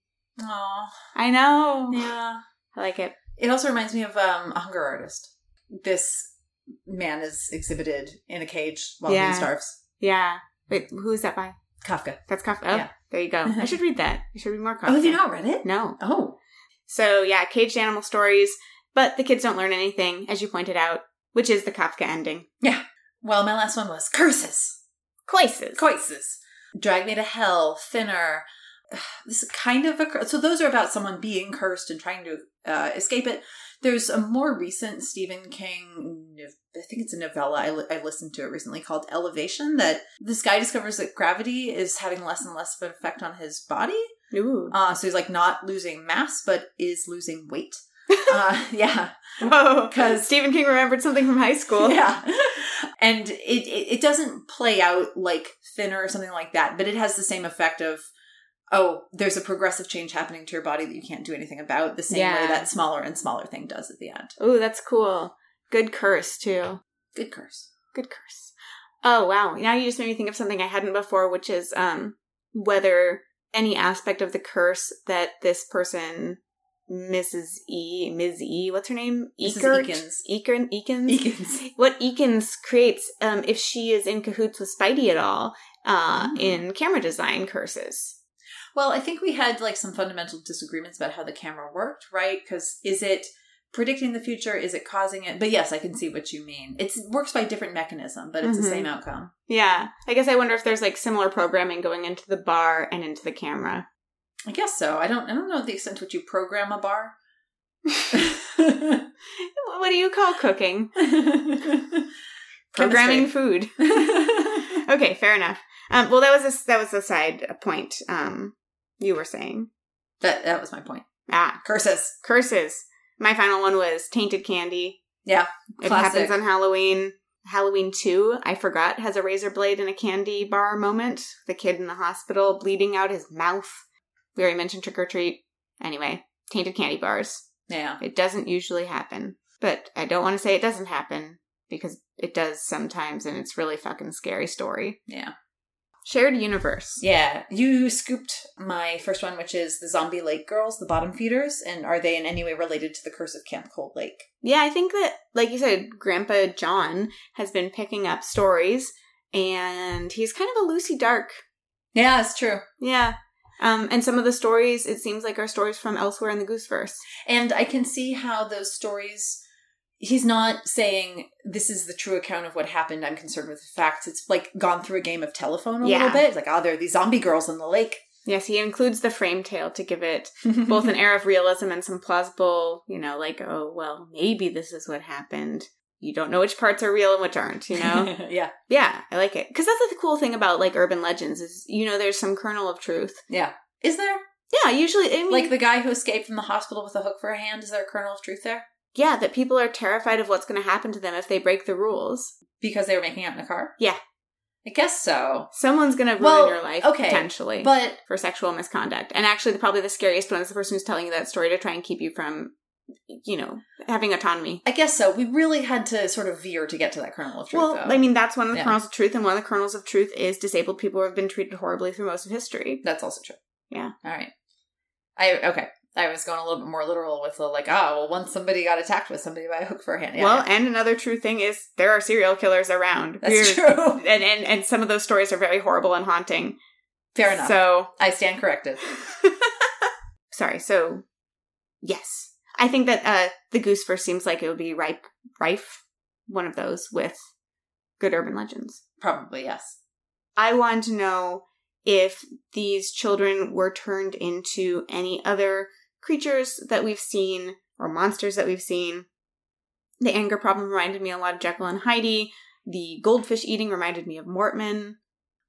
Oh,
I know.
yeah.
I like it.
It also reminds me of um, a hunger artist. This man is exhibited in a cage while
Yeah.
he starves.
Yeah. Wait, who is that by?
Kafka.
That's Kafka. Oh,
Yeah.
there you go. I should read that. I should read more Kafka.
Oh, have you not read it?
No.
Oh,
So yeah, caged animal stories, but the kids don't learn anything, as you pointed out, which is the Kafka ending.
well, my last one was curses.
Crisis.
Choices. Drag Me to Hell, Thinner. This is kind of a cur- so those are about someone being cursed and trying to uh, escape it. There's a more recent Stephen King, no- I think it's a novella. I, li- I listened to it recently called Elevation. That this guy discovers that gravity is having less and less of an effect on his body.
Ooh.
Uh, so he's like not losing mass, but is losing weight. uh, yeah,
Whoa.
'Cause-
Stephen King remembered something from high school.
yeah. And it, it it doesn't play out like thinner or something like that, but it has the same effect of oh, there's a progressive change happening to your body that you can't do anything about, the same
Yeah.
way that smaller and smaller thing does at the end.
Ooh, that's cool. Good curse too.
Good curse.
Good curse. Oh wow. Now you just made me think of something I hadn't before, which is um whether any aspect of the curse that this person Mrs. E, Ms. E, what's her name?
Mrs.
Eckert?
Eakins.
Eaker, Eakins?
Eakins.
What Eakins creates, um, if she is in cahoots with Spidey at all, uh,
Mm.
in camera design curses.
Well, I think we had like some fundamental disagreements about how the camera worked, right? Because is it predicting the future? Is it causing it? But yes, I can see what you mean. It works by different mechanism, but it's
Mhm.
the same outcome.
Yeah. I guess I wonder if there's like similar programming going into the bar and into the camera.
I guess so. I don't. I don't know the extent to which you program a bar.
What do you call cooking? Programming
Programming.
food. Okay, fair enough. Um, well, that was a, that was a side uh, point. Um, you were saying
that that was my point.
ah
Curses.
curses. My final one was tainted candy.
Yeah,
it
classic.
happens on Halloween. Halloween two, I forgot, has a razor blade in a candy bar moment. The kid in the hospital bleeding out his mouth. We already mentioned trick or treat. Anyway, tainted candy bars.
Yeah.
It doesn't usually happen, but I don't want to say it doesn't happen because it does sometimes, and it's really fucking scary story.
Yeah.
Shared universe.
Yeah. You scooped my first one, which is the zombie lake girls, the bottom feeders, and are they in any way related to the curse of Camp Cold Lake?
Yeah, I think that, like you said, Grandpa John has been picking up stories and he's kind of a loosey dark.
Yeah, it's true.
Yeah. Um, and some of the stories, it seems like, are stories from elsewhere in the Gooseverse.
And I can see how those stories. He's not saying this is the true account of what happened. I'm concerned with the facts. It's like gone through a game of telephone a
Yeah.
little bit. It's like, oh, there are these zombie girls in the lake.
Yes, he includes the frame tale to give it both an air of realism and some plausible, you know, like, oh, well, maybe this is what happened. You don't know which parts are real and which aren't, you know?
yeah,
yeah, I like it. Because that's the cool thing about like urban legends is, you know, there's some kernel of truth.
yeah. Is there
Yeah, usually, I mean,
like the guy who escaped from the hospital with a hook for a hand? Is there a kernel of truth there
yeah, that people are terrified of what's going to happen to them if they break the rules.
because they were making out in a car?
Yeah.
I guess so.
Someone's going to ruin
Well,
your life
okay,
potentially
But
for sexual misconduct. And actually, the, probably the scariest one is the person who's telling you that story to try and keep you from, you know, having autonomy.
I guess so. We really had to sort of veer to get to that kernel of truth.
Well,
though.
I mean, that's one of the
Yeah.
kernels of truth, and one of the kernels of truth is disabled people who have been treated horribly through most of history.
That's also true.
Yeah.
All right. I okay. I was going a little bit more literal with the like, oh, well, once somebody got attacked with somebody by a hook for a hand. Yeah,
well,
yeah.
and another true thing is there are serial killers around.
that's
We're-
true.
And, and and some of those stories are very horrible and haunting.
Fair enough.
So
I stand corrected.
sorry. So yes, I think that uh, the goose first seems like it would be ripe, rife, one of those with good urban legends.
Probably yes.
I wanted to know if these children were turned into any other creatures that we've seen or monsters that we've seen. The anger problem reminded me a lot of Jekyll and Heidi. The goldfish eating reminded me of Mortman.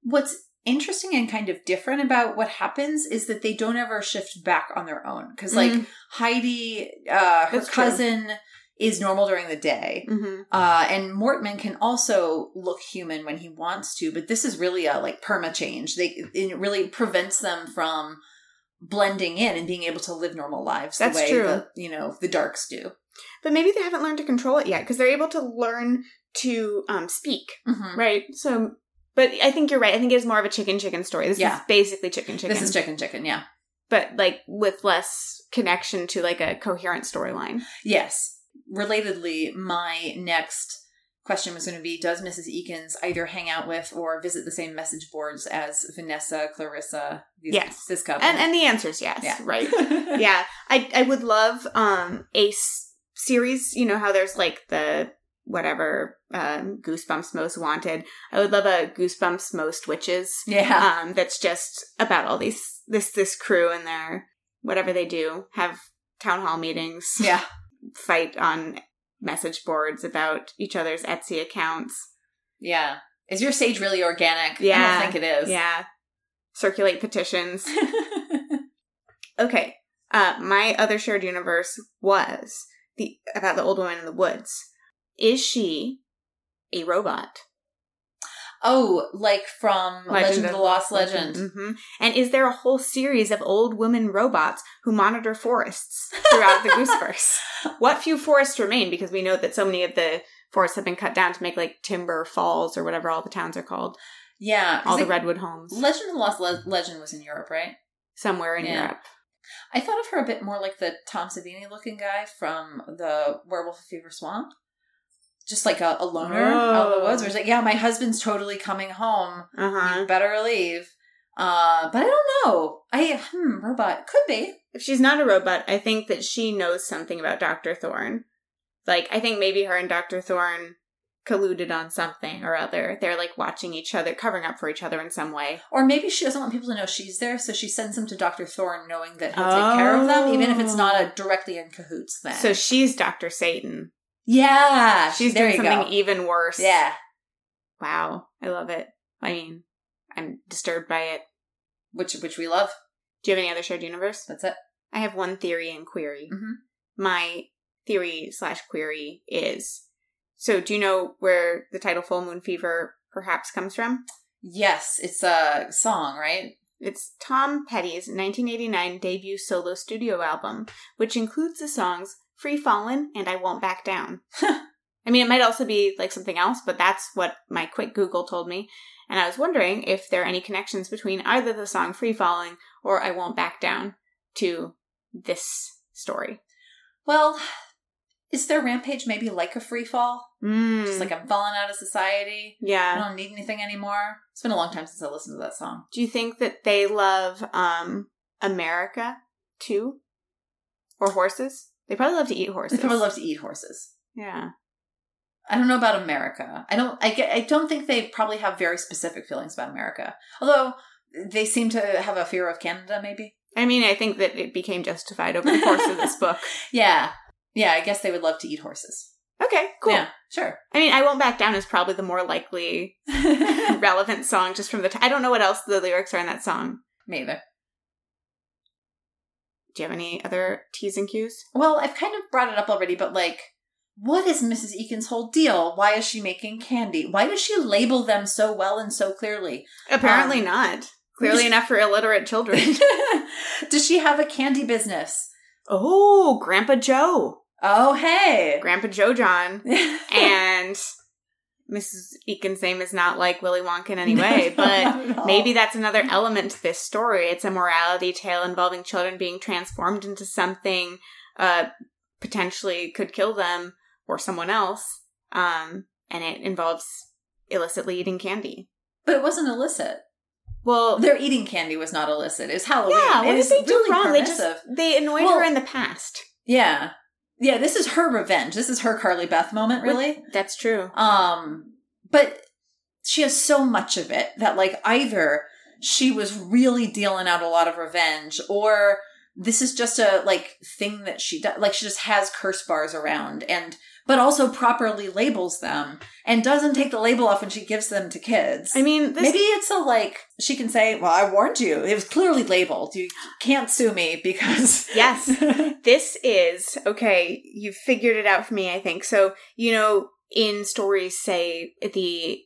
What's interesting and kind of different about what happens is that they don't ever shift back on their own because, like,
Mhm.
Heidi, uh, her
That's true.
cousin is normal during the day.
Mhm.
Uh, and Mortman can also look human when he wants to, but this is really a like perma change. They it really prevents them from blending in and being able to live normal lives
That's
the way
true.
that you know the darks do.
But maybe they haven't learned to control it yet because they're able to learn to um, speak,
Mhm.
right? So, but I think you're right. I think it is more of a chicken chicken story. This is
Yeah.
basically chicken chicken.
This is chicken, chicken. Yeah.
but like with less connection to like a coherent storyline.
Yes. Relatedly, my next question was going to be: Does Mrs. Eakins either hang out with or visit the same message boards as Vanessa, Clarissa? These,
Yes.
This couple.
and and the answer is yes
Yeah.
right yeah i i would love um a s- series you know how there's like the whatever um goosebumps most wanted i would love a goosebumps most witches
yeah.
um that's just about all these this this crew and their whatever they do have town hall meetings
Yeah.
fight on message boards about each other's etsy accounts
Yeah. Is your sage really organic?
Yeah.
I don't think it is.
yeah circulate petitions Okay. Uh, my other shared universe was the about the old woman in the woods. Is she a robot?
oh, like from Legend, of the Lost Legend.
hmm And is there a whole series of old women robots who monitor forests throughout the Gooseverse? What few forests remain? Because we know that so many of the forests have been cut down to make like Timber Falls or whatever all the towns are called,
Yeah. 'cause
all the
like,
redwood homes
Legend of the Lost Le- Legend was in Europe, right?
somewhere in
Yeah.
Europe.
I thought of her a bit more like the Tom Savini looking guy from the Werewolf of Fever Swamp. Just like a, a loner out in
Oh.
the woods. Where he's like, yeah, my husband's totally coming home.
Uh huh.
You better leave. Uh, but I don't know. I, hmm, robot. Could be.
if she's not a robot, I think that she knows something about Dr. Thorne. Like, I think maybe her and Dr. Thorne colluded on something or other. They're like watching each other, covering up for each other in some way.
Or maybe she doesn't want people to know she's there, so she sends them to Dr. Thorne knowing that he'll take care of them, even if it's not a directly in cahoots thing.
Oh. So she's Dr. Satan.
yeah,
She's
there
doing
you
something
go.
even worse.
yeah,
Wow. I love it. I mean, I'm disturbed by it.
which which we love.
Do you have any other shared universe?
That's it.
I have one theory and query.
Mhm.
My theory slash query is so do you know where the title Full Moon Fever perhaps comes from?
Yes, it's a song, right?
It's Tom Petty's 1989 debut solo studio album, which includes the songs Free Fallin' and I Won't Back Down. I mean, it might also be like something else, but that's what my quick Google told me. And I was wondering if there are any connections between either the song Free Falling or I Won't Back Down to this story.
Well, Is their rampage maybe like a free fall?
Mm.
Just like I'm falling out of society. I
yeah.
don't need anything anymore. It's been a long time since I listened to that song.
Do you think that they love um America too, or horses? They probably love to eat
They
horses.
probably love to eat horses.
Yeah.
I don't know about America. I don't. I get. I don't think they probably have very specific feelings about America. Although they seem to have a fear of Canada, maybe.
I mean, I think that it became justified over the course of this book.
Yeah, yeah. I guess they would love to eat horses.
Okay, cool.
Yeah, sure.
I mean, I won't back down is probably the more likely relevant song just from the. T- I don't know what else the lyrics are in that song.
maybe.
Do you have any other T's and Q's?
Well, I've kind of brought it up already, but like, what is Mrs. Eakin's whole deal? Why is she making candy? Why does she label them so well and so clearly?
Apparently
Um,
not. Clearly enough for illiterate children.
does she have a candy business?
oh, Grandpa Joe.
Oh, hey.
Grandpa Joe John. and Mrs. Eakin's name is not like Willy Wonka in any way,
No,
but
not at all.
maybe that's another element to this story. It's a morality tale involving children being transformed into something uh, potentially could kill them or someone else, um, and it involves illicitly eating candy.
But it wasn't illicit.
Well,
Oh, Their eating candy was not illicit. It was Halloween.
yeah,
It
what did
is
they do
really
wrong? They just
permissive.
they annoyed
Well-
her in the past.
yeah, yeah. This is her revenge. This is her Carly Beth moment, really.
That's true.
Um, but she has so much of it that like either she was really dealing out a lot of revenge, or this is just a like thing that she does. Like she just has curse bars around, and but also properly labels them and doesn't take the label off when she gives them to kids.
I mean, this
Maybe it's a like she can say, "Well, I warned you. It was clearly labeled. You can't sue me because
Yes. this is okay you figured it out for me i think so you know in stories say the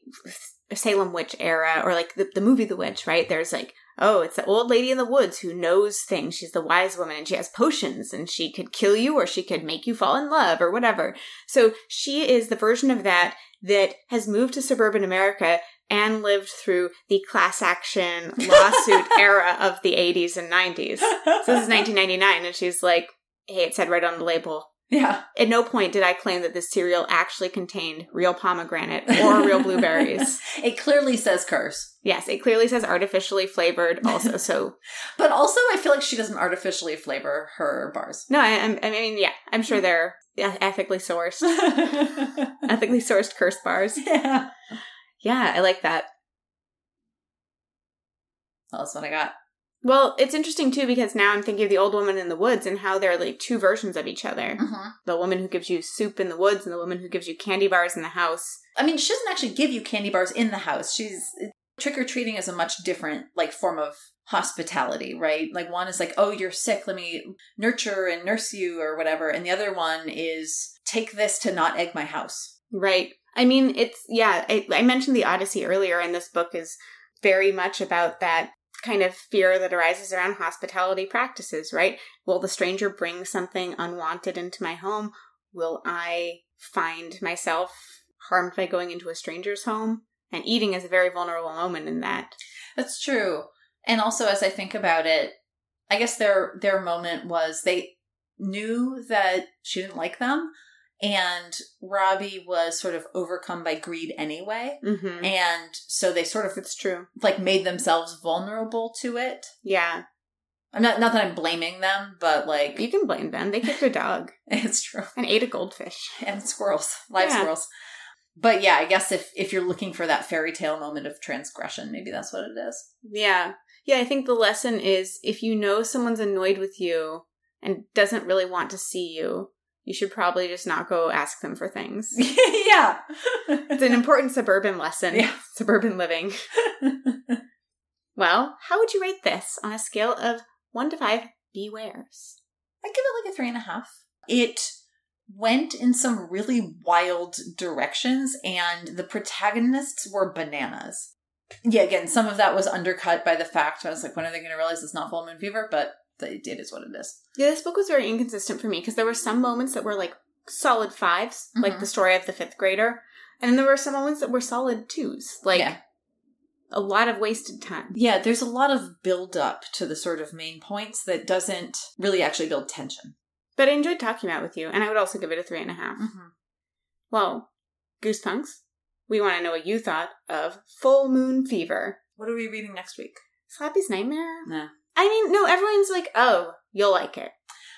salem witch era or like the, the movie the witch right there's like oh it's the old lady in the woods who knows things she's the wise woman and she has potions and she could kill you or she could make you fall in love or whatever so she is the version of that that has moved to suburban america and lived through the class action lawsuit era of the 80s and 90s so this is 1999, and she's like, "Hey, it said right on the label."
yeah,
At no point did I claim that this cereal actually contained real pomegranate or real blueberries.
it clearly says curse.
yes, it clearly says artificially flavored. Also, so
But also, I feel like she doesn't artificially flavor her bars.
no, I, I'm- I mean, yeah, I'm sure they're e-, ethically sourced, ethically sourced curse bars.
yeah,
Yeah, I like that.
that's what I got.
Well, it's interesting too because now I'm thinking of the old woman in the woods and how they're like two versions of each other.
Mhm.
The woman who gives you soup in the woods and the woman who gives you candy bars in the house.
I mean, she doesn't actually give you candy bars in the house. She's trick or treating is a much different like form of hospitality, right? Like one is like, "Oh, you're sick. Let me nurture and nurse you or whatever." And the other one is, "Take this to not egg my house."
Right. I mean, it's, yeah, I, I mentioned the Odyssey earlier, and this book is very much about that kind of fear that arises around hospitality practices, right? Will the stranger bring something unwanted into my home? Will I find myself harmed by going into a stranger's home? And eating is a very vulnerable moment in that.
That's true. And also as I think about it, I guess their their moment was they knew that she didn't like them and Robbie was sort of overcome by greed anyway.
Mm-hmm.
And so they sort of
It's true.
like made themselves vulnerable to it.
Yeah.
I'm not not that I'm blaming them, but like
You can blame them. They kicked a dog
it's true.
and ate a goldfish.
And squirrels, live
Yeah.
squirrels. But yeah, I guess if if you're looking for that fairy tale moment of transgression, maybe that's what it is.
Yeah. Yeah, I think the lesson is if you know someone's annoyed with you and doesn't really want to see you, you should probably just not go ask them for things.
yeah.
It's an important suburban lesson.
Yeah.
Suburban living. Well, how would you rate this on a scale of one to five bewares?
I give it like a three and a half. It went in some really wild directions, and the protagonists were bananas. Yeah, again, some of that was undercut by the fact I was like, when are they going to realize it's not full moon fever? But it it is what it is.
Yeah, this book was very inconsistent for me because there were some moments that were like solid 5s like
Mhm.
the story of the fifth grader. And then there were some moments that were solid twos, like
Yeah.
a lot of wasted time.
Yeah, there's a lot of build up to the sort of main points that doesn't really actually build tension.
But I enjoyed talking about it with you, and I would also give it a three and a half.
Mm-hmm.
Well, Goosepunks, we want to know what you thought of Full Moon Fever.
What are we reading next week?
Slappy's Nightmare?
No.
I mean, no, everyone's like, oh, you'll like it.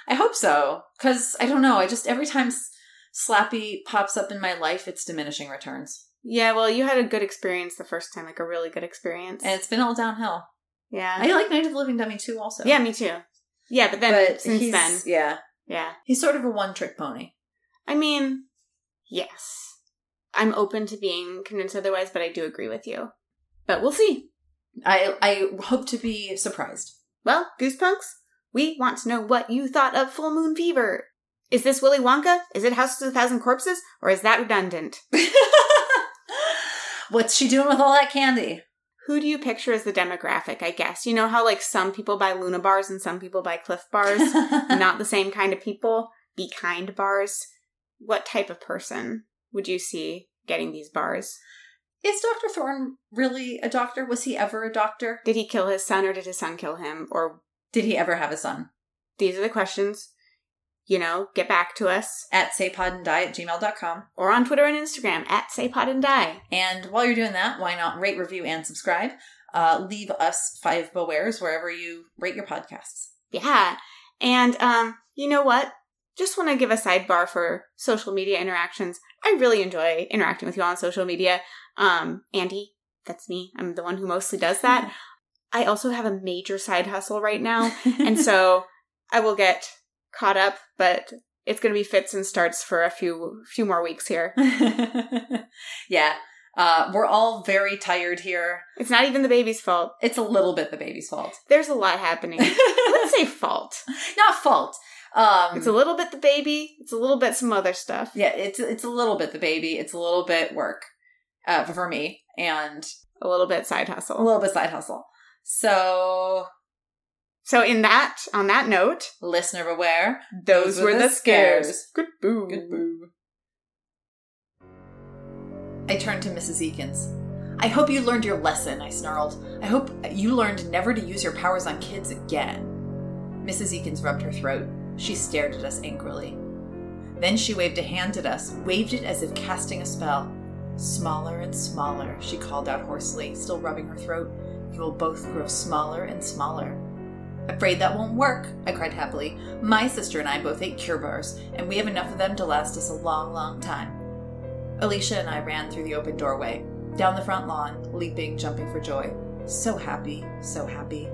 I hope so, because I don't know. I just every time S- Slappy pops up in my life, it's diminishing returns,
Yeah, well, you had a good experience the first time, like a really good experience.
and it's been all downhill.
yeah.
I like Night of the Living Dummy too, also.
Yeah, me too. Yeah, but then
but
since
he's,
then,
yeah,
yeah.
he's sort of a one-trick pony.
I mean, yes. I'm open to being convinced otherwise, but I do agree with you. But we'll see.
I I hope to be surprised.
Well, Goosepunks, we want to know what you thought of Full Moon Fever. Is this Willy Wonka? Is it House of a Thousand Corpses? Or is that redundant?
What's she doing with all that candy?
Who do you picture as the demographic, I guess? You know how, like, some people buy Luna bars and some people buy Cliff bars? Not the same kind of people? Be kind bars? What type of person would you see getting these bars?
Is Dr. Thorne really a doctor? Was he ever a doctor?
Did he kill his son or did his son kill him? Or
Did he ever have a son?
these are the questions. You know, get back to us.
At saypodandi at gmail.com.
Or on Twitter and Instagram at SayPod and Die.
And while you're doing that, why not rate, review, and subscribe? Uh, leave us five bewares wherever you rate your podcasts.
Yeah. And um, you know what? Just want to give a sidebar for social media interactions. I really enjoy interacting with you all on social media. Um, Andy, that's me. I'm the one who mostly does that. I also have a major side hustle right now. And so I will get caught up, but it's going to be fits and starts for a few few more weeks here.
yeah, uh, we're all very tired here.
It's not even the baby's fault.
It's a little bit the baby's fault.
There's a lot happening. I wouldn't say fault.
Not fault. Um,
It's a little bit the baby. It's a little bit some other stuff.
yeah, it's it's a little bit the baby. It's a little bit work uh, for me, and
A little bit side
a
hustle.
little bit side hustle. So,
So in that, on that note,
listener beware.
those, were, the scares. Good boo.
boo. I turned to Mrs. Eakins. I hope you learned your lesson, I snarled. I hope you learned never to use your powers on kids again. Mrs. Eakins rubbed her throat. She stared at us angrily. Then she waved a hand at us, waved it as if casting a spell. Smaller and smaller, she called out hoarsely, still rubbing her throat. You will both grow smaller and smaller. Afraid that won't work, I cried happily. My sister and I both ate cure bars, and we have enough of them to last us a long, long time. Alicia and I ran through the open doorway, down the front lawn, leaping, jumping for joy. So happy, so happy.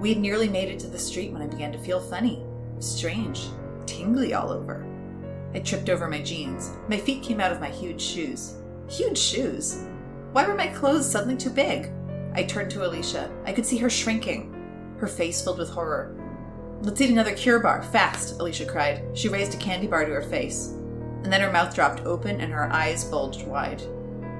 We had nearly made it to the street when I began to feel funny, strange, tingly all over. I tripped over my jeans. My feet came out of my huge shoes. Huge shoes? Why were my clothes suddenly too big? I turned to Alicia. I could see her shrinking, her face filled with horror. Let's eat another cure bar, fast, Alicia cried. She raised a candy bar to her face. And then her mouth dropped open and her eyes bulged wide.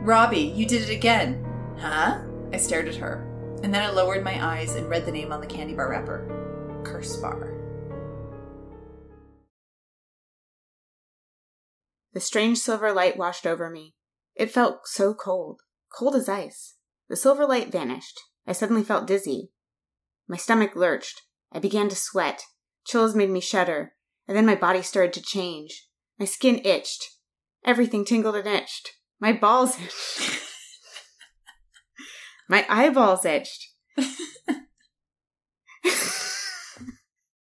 Robbie, you did it again. Huh? I stared at her. And then I lowered my eyes and read the name on the candy bar wrapper Curse Bar.
The strange silver light washed over me. It felt so cold, cold as ice. The silver light vanished. I suddenly felt dizzy. My stomach lurched. I began to sweat. Chills made me shudder, and then my body started to change. My skin itched. Everything tingled and itched. My balls itched. my eyeballs itched.